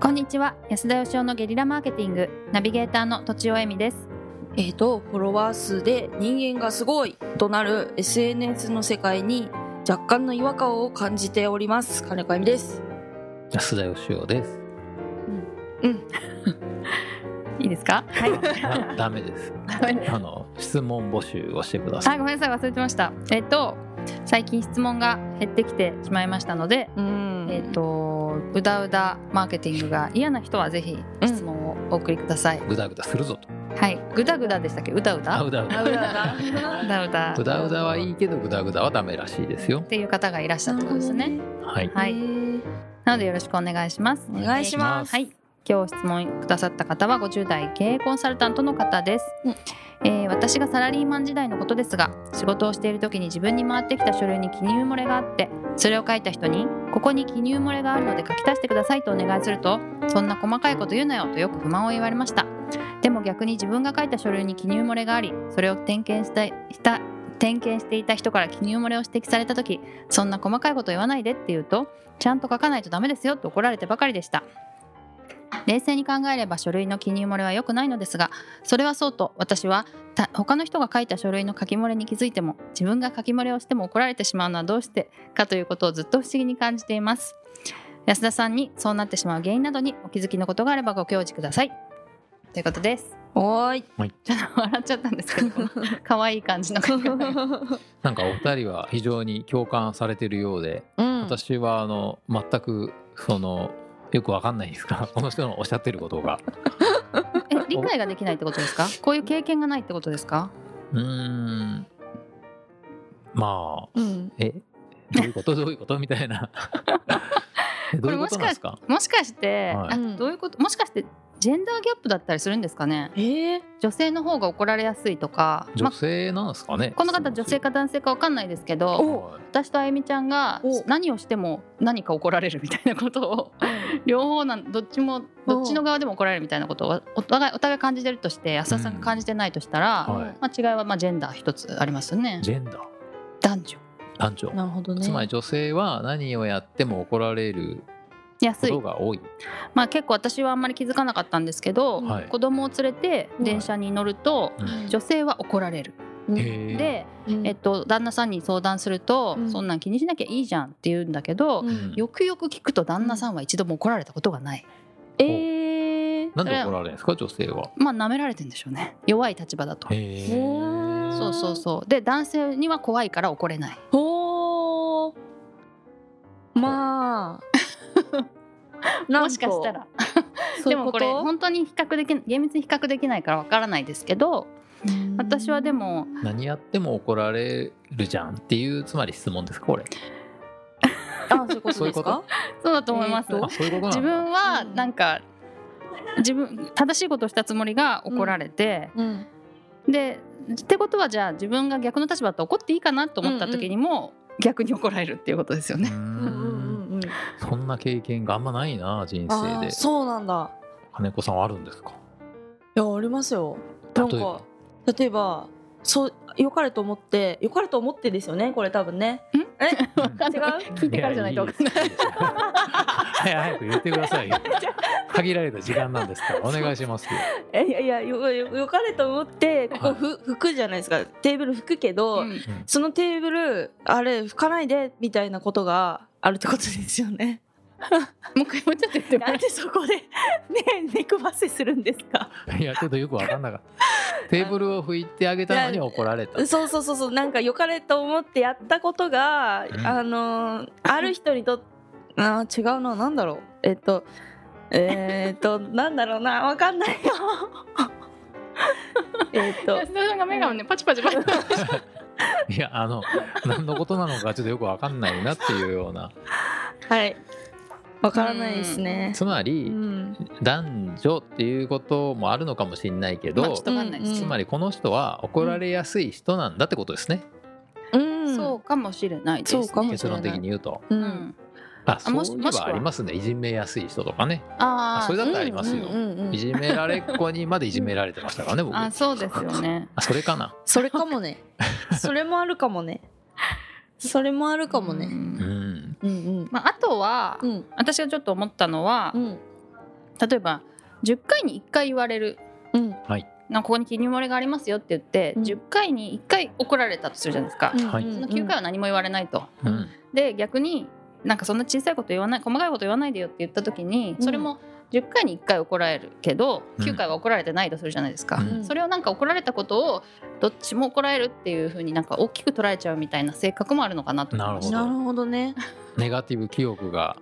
こんにちは安田義生のゲリラマーケティングナビゲーターの土尾恵美ですえー、とフォロワー数で人間がすごいとなる SNS の世界に若干の違和感を感じております金子由美です安田義雄です。いいです かはいあダメです。あの質問募集をしてくださあい。ごめんなさい忘れてましたえっと最近質問が減ってきてしまいましたので、うんえっとうだうだマーケティングが嫌な人はぜひ質問をお送りください、ぐだぐだするぞと。はいぐだぐだでしたっけうだうあだうだうだ。あうだううだだうだぐっだうだはいいけどぐだぐだはダメらしいですよ。ていう方がいらっしゃったんですなるねほどねはい。はいなのでよろしくお願いしますお願いしますはい、今日質問くださった方は50代経営コンサルタントの方です、うんえー私がサラリーマン時代のことですが仕事をしている時に自分に回ってきた書類に記入漏れがあってそれを書いた人に「ここに記入漏れがあるので書き足してください」とお願いすると「そんな細かいこと言うなよ」とよく不満を言われましたでも逆に自分が書いた書類に記入漏れがありそれを点検したいした点検していた人から記入漏れを指摘された時「そんな細かいこと言わないで」って言うと「ちゃんと書かないとダメですよ」と怒られてばかりでした冷静に考えれば書類の記入漏れは良くないのですがそれはそうと私はた他の人が書いた書類の書き漏れに気づいても自分が書き漏れをしても怒られてしまうのはどうしてかということをずっと不思議に感じています安田さんにそうなってしまう原因などにお気づきのことがあればご教示くださいということですおーいちょっと笑っちゃったんですけど可愛い感じの方がなんかお二人は非常に共感されてるようで、うん私はあの全くそのよくわかんないですが、 この人のおっしゃってるこ とが、え理解ができないってことですかこういう経験がないってことですかうーん、まあうんえどういう ことどういうことみたいな。えどういうことなんですか。もしかして、はいあどういうこともしかしてジェンダーギャップだったりするんですかねえー女性の方が怒られやすいとか、女ま性なんですかね。あ、この方女性か男性かわかんないですけどお私とあゆみちゃんがお何をしても何か怒られるみたいなことを 両方なんどっちもどっちの側でも怒られるみたいなことをお互いお互い感じてるとして安田さんが感じてないとしたら、うんはいまあ、違いはまあジェンダー一つありますよねジェンダー男女男女。なるほどねつまり女性は何をやっても怒られるこ安いとが多い。まあ、結構私はあんまり気づかなかったんですけど、はい子供を連れて電車に乗ると、うん女性は怒られる。へーで、うんえっと、旦那さんに相談すると、うんそんなん気にしなきゃいいじゃんって言うんだけど、うんよくよく聞くと旦那さんは一度も怒られたことがない。えーなんで怒られるんですか女性は。まあ舐められてんでしょうね弱い立場だと。へーそうそうそうで男性には怖いから怒れない。ほーまあ なんと もしかしたらそうでいうもとこれ本当に比較でき厳密に比較できないからわからないですけどうん私はでも何やっても怒られるじゃんっていうつまり質問ですかこれ。あそういうことそういでうすかことそうだと思います。えーとあそういうことな自んだ。分はなんか自分正しいことをしたつもりが怒られて、うんでってことはじゃあ自分が逆の立場だと怒っていいかなと思った時にも逆に怒られるっていうことですようーね。うんうんんうんうんそんな経験があんまないな人あ生ーで。そうなんだ金子さんはあるんですか。いやありますよなん例えばか例えばそう良かれと思って良かれと思ってですよねこれ多分ねんえうんあ違のう聞いてからじゃないと分かんない。やいいですいいですはい早く言ってくださいよ。限られた時間なんですからお願いしますよ。え いやいやよよ良かれと思ってここふ拭くじゃないですかテーブル拭くけど、うんうんそのテーブルあれ拭かないでみたいなことがあるってことですよねもう一回もうちょっと言っても ならんえでそこでね猫ばせするんですかいやちょっとよくわかんなかった。テーブルを拭いてあげたのに怒られた。そうそうそうそうなんか良かれと思ってやったことが、うんあのーある人にとっあー違うななんだろうえっとえーっとなんだろうなわかんないよえっと安田さんが目がねパチパチパチいやあの 何のことなのかちょっとよくわかんないなっていうようなはいわからないですねつまうりん男女っていうこともあるのかもしれないけまあちょっどと分かんないですけつどまりこの人は怒られやすい人なんだってことですねうんそうかもしれないです、ね。そうかもし結れない論的に言うとううんんああそうもしいもえしくはばありますねいじめやすい人とかねあーあそれだったらありますようんうんうんいじめられっ子にまでいじめられてましたからね僕ああそうですよね。それかなそれかもねそれもあるかもねそれもあるかもうねうんんうんまああとは、うんうん私がちょっと思ったのは、うん例えば10回に1回言われるうんうんなんかここに記入漏れがありますよって言って、うん10回に1回怒られたとするじゃないですか、はいその9回は何も言われないと、うんで逆になんかそんな小さいこと言わない細かいこと言わないでよって言った時にうんそれも10回に1回怒られるけどうん9回は怒られてないとするじゃないですか、うんそれをなんか怒られたことをどっちも怒られるっていうふうになんか大きく捉えちゃうみたいな性格もあるのかなと思いましほどなるほどねネガティブ記憶が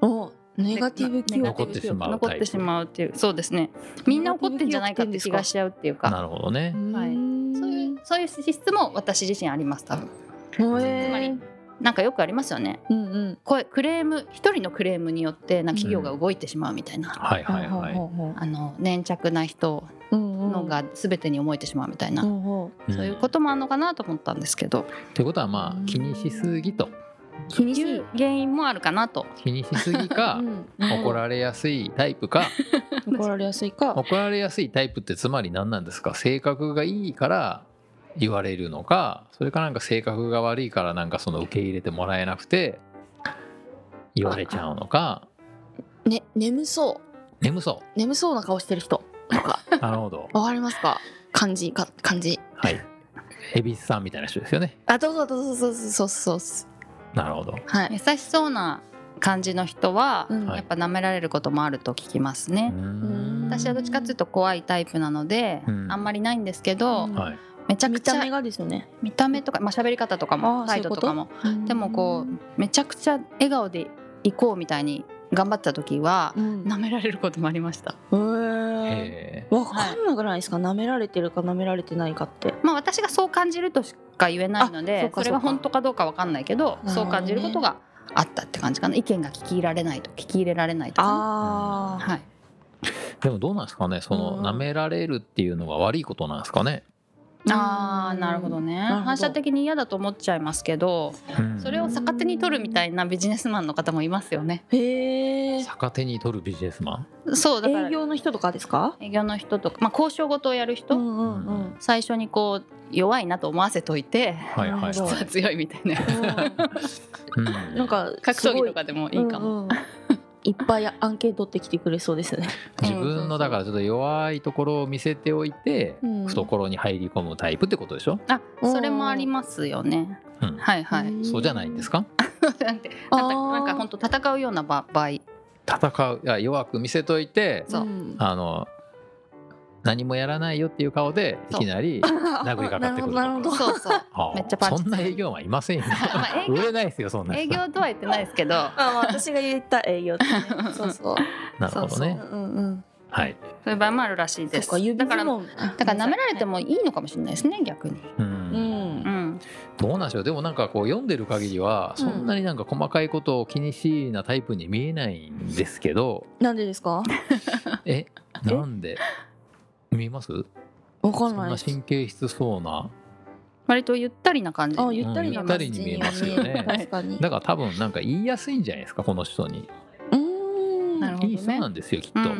おネガティブ記憶残ってしまたう残ってしまうっていうそうですねみんな怒ってんじゃないかって気がしちゃうっていうかなるほどね。はいうーんそういうそういう資質も私自身あります多分へーつまりなんかよくありますよねうんうん声クレーム一人のクレームによってなんか企業が動いてしまうみたいな、はいはいはい。いあの粘着な人ののが全てに思えてしまうみたいな、うんそういうこともあるのかなと思ったんですけど、ってことはまあ気にしすぎと気にしいう原因もあるかなと気にしすぎか怒られやすいタイプか怒られやすいか怒られやすいタイプってつまり何なんですか性格がいいから言われるのかそれかなんか性格が悪いからなんかその受け入れてもらえなくて言われちゃうのかね眠そ眠そう眠そうな顔してる人とかうなるほどわかりますか感じか感じはい恵比寿さんみたいな人ですよねあどうぞどうぞどうぞそうそうそうなるほどはい優しそうな感じの人は、うんやっぱ舐められることもあると聞きますうね、ーん私はどっちかっていうと怖いタイプなので、うんあんまりないんですけど、うんはいめちゃく見ちゃた目見たがですよね目とかまあ喋り方とかあもー態度とかもでもこうめちゃくちゃ笑顔で行こうみたいに頑張ってた時はう、ん舐められることもありましたへえへわかんなくないですか舐められてるか舐められてないかってまあ私がそう感じるとしか言えないのあでそうそかれそがうか本当かどうかわかんないけどなるほどねそう感じることがあったって感じかな意見が聞き入られないと聞き入れられないとかね、あはい、えでもどうなんですかねそのうん舐められるっていうのは悪いことなんですかねあーなるほどねなるほど反射的に嫌だと思っちゃいますけどうんそれを逆手に取るみたいなビジネスマンの方もいますよねへえ逆手に取るビジネスマそうだから営業の人とかですか営業の人とか、まあ、交渉事をやる人、うんうんうん最初にこう弱いなと思わせといてンはいはいなるほどは実はい強いみたいなうんなんか 格す闘ご技いとかでもいいかも、うんうんいっぱいアンケートってきてくれそうですね。自分のだからちょっと弱いところを見せておいて、うん懐に入り込むタイプってことでしょ、あそれもありますよね、うんはいはい、そうじゃないんですかなんてたたなんか本当戦うような場場合戦ういや弱く見せといてそううんあの何もやらないよっていう顔でいそうきなり殴りかかってくなるほどるとかなるほど。そうそうああめっちゃパンチそんな営業マンいません よまあ営業売れないですよそんな人 営業とは言ってないですけどあまあ私が言った営業ってねそうそう。 なるほどそうねそうんうん。はいそういう場合もあるらしいそでっすか指だから相だか撲ら舐められてもいいのかもしれないですね逆にううん。うんんどうなんでしょうでもなんかこう読んでる限りはそんなになんか細かいことを気にしいなタイプに見えないんですけど、なんでですか？えなんで見えますわかそんんないなです。神経質そうな割とゆったりな感じあゆったりなうんゆったりに見えますよね確かに。だから多分なんか言いやすいんじゃないですかこの人に、うーん。なるほどねいい人なんですよきっと、うんうんう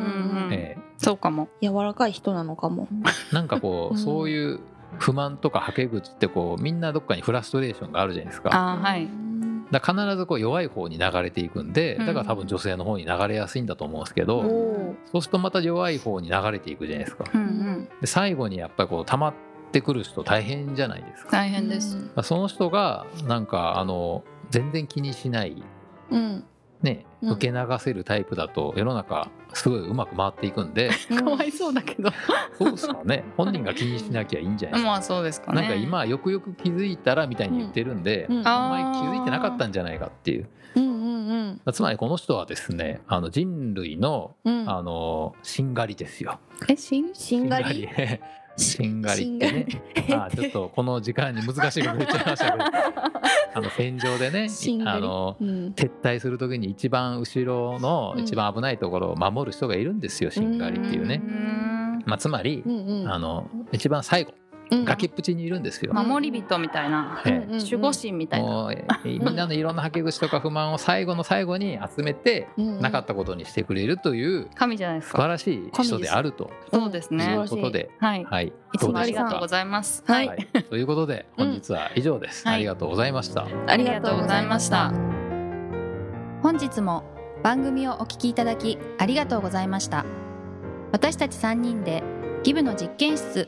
んえそうかも柔らかい人なのかも。えなんかこう、うんそういう不満とかはけ口ってこうみんなどっかにフラストレーションがあるじゃないですかあーはういんだから必ずこう弱い方に流れていくんでだから多分女性の方に流れやすいんだと思うんですけど、おうんお。そうするとまた弱い方に流れていくじゃないですかうんうんで最後にやっぱりこう溜まってくる人大変じゃないですか大変です。まあその人がなんかあの全然気にしないうん。ね、うん受け流せるタイプだと世の中すごいうまく回っていくんでかわいそうだけどそうですかね本人が気にしなきゃいいんじゃないですか。まあそうですかねなんか今よくよく気づいたらみたいに言ってるんで、うんうんあんまり気づいてなかったんじゃないかっていううんうんつまりこの人はですねあの人類のうんうん。あのしんがりですよえしんしんがり。しんがりってねあちょっとこの時間に難しいこと言っちゃいました けどあの戦場でねしんがありの うん。撤退する時に一番後ろのうん一番危ないところを守る人がいるんですよ、しんがりっていうねう、んまあ、つまり、うんうん。あの一番最後崖っぷちにいるんですよ、まあ守り人みたいなええうんうん守護神みたいなもうえみんなのいろんなはけ口とか不満を最後の最後に集めてうんうんなかったことにしてくれるという神じゃないです素晴からしい人であるとそうですいねうことで、はいはい、いつもありがとうごどうでしょうかざいますははいいはい、ということで本日は以上です、うんはいありがとうございました。ありがとうございました。本日も番組をお聞きいただきありがとうございました私たち3人でギブの実験室